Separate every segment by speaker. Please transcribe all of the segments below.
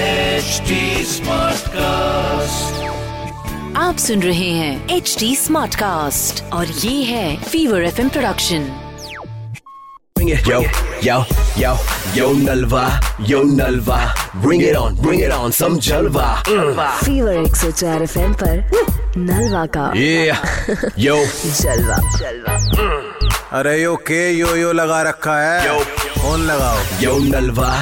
Speaker 1: HD Smartcast.
Speaker 2: आप सुन रहे हैं एच डी स्मार्ट कास्ट और ये है Fever F production
Speaker 3: Bring it. Yo, yo, yo, yo Nalva, yo Nalva. Bring it on, bring it on, some Jalva. Mm.
Speaker 2: Fever एक सौ चार एफ एम नलवा का
Speaker 3: Yeah, yo,
Speaker 2: जलवा जलवा
Speaker 4: अरे यो के यो यो लगा रखा है
Speaker 3: Yo.
Speaker 4: फोन लगाओ
Speaker 3: yo Nalva.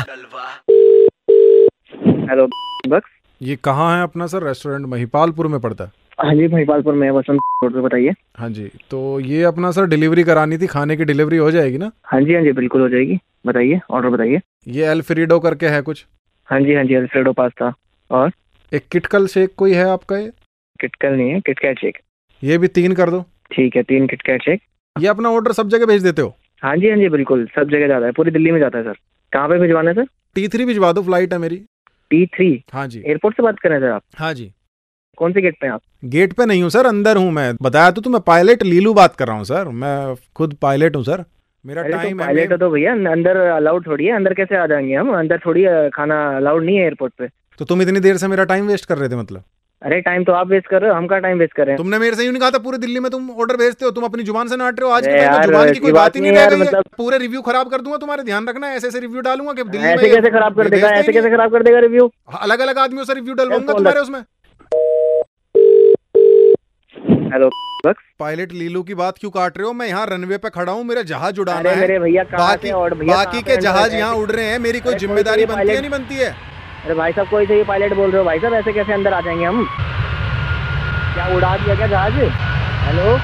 Speaker 5: हेलो बक्स
Speaker 6: ये कहाँ है अपना सर रेस्टोरेंट महिपालपुर में पड़ता है
Speaker 5: हाँ जी महिपालपुर में है, वसंत रोड पे बताइए
Speaker 6: हाँ जी तो ये अपना सर डिलीवरी करानी थी खाने की डिलीवरी हो जाएगी ना
Speaker 5: हाँ जी हाँ जी बिल्कुल हो जाएगी बताइए ऑर्डर बताइए
Speaker 6: ये एल्फ्रीडो करके है कुछ
Speaker 5: हाँ जी हाँ जी अल्फ्रेडो पास्ता और
Speaker 6: एक किटकल शेक कोई है आपका ये
Speaker 5: किटकल नहीं है किटकैट शेक
Speaker 6: ये भी तीन कर दो
Speaker 5: ठीक है तीन किटकैट शेक
Speaker 6: ये अपना ऑर्डर सब जगह भेज देते हो
Speaker 5: हाँ जी हाँ जी बिल्कुल सब जगह जाता है पूरी दिल्ली में जाता है सर कहाँ पे भिजवाना है सर
Speaker 6: टी थ्री भिजवा दो फ्लाइट है मेरी
Speaker 5: टी थ्री
Speaker 6: हाँ जी
Speaker 5: एयरपोर्ट से बात कर रहे हैं सर आप
Speaker 6: हाँ जी
Speaker 5: कौन से गेट पे हैं आप
Speaker 6: गेट पे नहीं हूँ सर अंदर हूँ मैं बताया तो, तो मैं पायलट लीलू बात कर रहा हूँ सर मैं खुद पायलट हूँ सर मेरा
Speaker 5: अरे तो
Speaker 6: टाइम है
Speaker 5: पायलट हो
Speaker 6: मैं-
Speaker 5: तो भैया अंदर अलाउड थोड़ी है अंदर कैसे आ जाएंगे हम अंदर थोड़ी अ, खाना अलाउड नहीं है एयरपोर्ट पे
Speaker 6: तो तुम इतनी देर से मेरा टाइम वेस्ट कर रहे थे मतलब
Speaker 5: अरे टाइम तो आप वेस्ट कर रहे हो हम कहाँ टाइम वेस्ट कर रहे हैं
Speaker 6: तुमने मेरे से यूं नहीं कहा था पूरे दिल्ली में तुम ऑर्डर भेजते हो तुम अपनी जुबान से नाट रहे हो आज के
Speaker 5: अरे
Speaker 6: टाइम में
Speaker 5: यार,
Speaker 6: जुबान की कोई
Speaker 5: ऐसी
Speaker 6: बात ही नहीं रह
Speaker 5: बात
Speaker 6: गई
Speaker 5: नहीं
Speaker 6: है
Speaker 5: यार, मतलब-
Speaker 6: पूरे रिव्यू खराब कर दूंगा तुम्हारे ध्यान रखना ऐसे ऐसे रिव्यू डालूंगा कि तो दिल्ली
Speaker 5: ऐसे कैसे खराब कर देगा ऐसे कैसे खराब कर देगा रिव्यू
Speaker 6: अलग अलग आदमियों से रिव्यू डालूंगा
Speaker 5: ऐसे
Speaker 6: तुम्हारे उसमें
Speaker 5: हेलो बक्स
Speaker 6: पायलट लीलू की बात क्यों काट रहे हो मैं यहाँ रनवे पे खड़ा हूँ मेरा जहाज उड़ाना
Speaker 5: अरे मेरे
Speaker 6: है
Speaker 5: भैया कहाँ
Speaker 6: बाकी
Speaker 5: पे और भैया
Speaker 6: बाकी
Speaker 5: कहाँ
Speaker 6: के
Speaker 5: पे
Speaker 6: जहाज
Speaker 5: अंदर
Speaker 6: यहाँ
Speaker 5: बैठे?
Speaker 6: उड़ रहे हैं मेरी कोई
Speaker 5: अरे कोई
Speaker 6: जिम्मेदारी
Speaker 5: भी
Speaker 6: बनती है
Speaker 5: pilot-
Speaker 6: नहीं बनती है
Speaker 5: अरे भाई साहब कोई सही पायलट बोल रहे हो भाई साहब ऐसे कैसे अंदर आ जाएंगे हम क्या उड़ा दिया क्या जहाज हेलो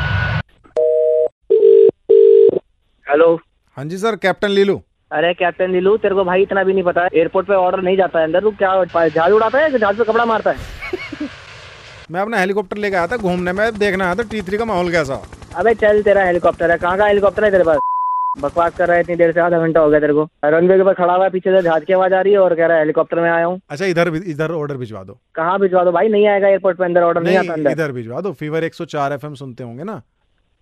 Speaker 5: हेलो
Speaker 6: हाँ जी सर कैप्टन लीलू
Speaker 5: अरे कैप्टन नीलू तेरे को भाई इतना भी नहीं पता एयरपोर्ट पे ऑर्डर नहीं जाता है अंदर तू क्या जहाज उड़ाता है या जहाज पे कपड़ा मारता है
Speaker 6: मैं अपना हेलीकॉप्टर लेके आया था घूमने में देखना आया था टी थ्री का माहौल कैसा
Speaker 5: अबे चल तेरा हेलीकॉप्टर है कहाँ का हेलीकॉप्टर है तेरे पास बकवास कर रहा है इतनी देर से आधा घंटा हो गया तेरे को रनवे के ऊपर खड़ा हुआ है पीछे से जहाज की आवाज आ रही है और कह रहा है हेलीकॉप्टर में आया हूँ
Speaker 6: अच्छा इधर भी- इधर ऑर्डर भिजवा दो
Speaker 5: कहाँ भिजवा दो भाई नहीं आएगा एयरपोर्ट पे अंदर ऑर्डर मतलब नहीं, आता
Speaker 6: नहीं
Speaker 5: अंदर
Speaker 6: इधर भिजवा दो फीवर 104 एफएम सुनते होंगे ना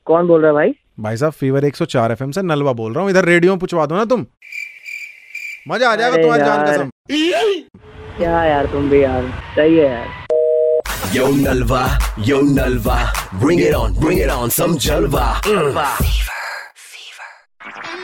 Speaker 5: कौन बोल रहा है भाई
Speaker 6: भाई साहब फीवर 104 एफएम से नलवा बोल रहा हूँ इधर रेडियो में पूछवा दो ना तुम मजा आ जाएगा
Speaker 5: अरे
Speaker 6: तुम्हारी जान
Speaker 5: यार।
Speaker 6: कसम
Speaker 5: क्या यार तुम भी यार सही है यार
Speaker 3: Yo Nalva, yo Nalva. Bring it on, bring it on, some Jalva. Mm.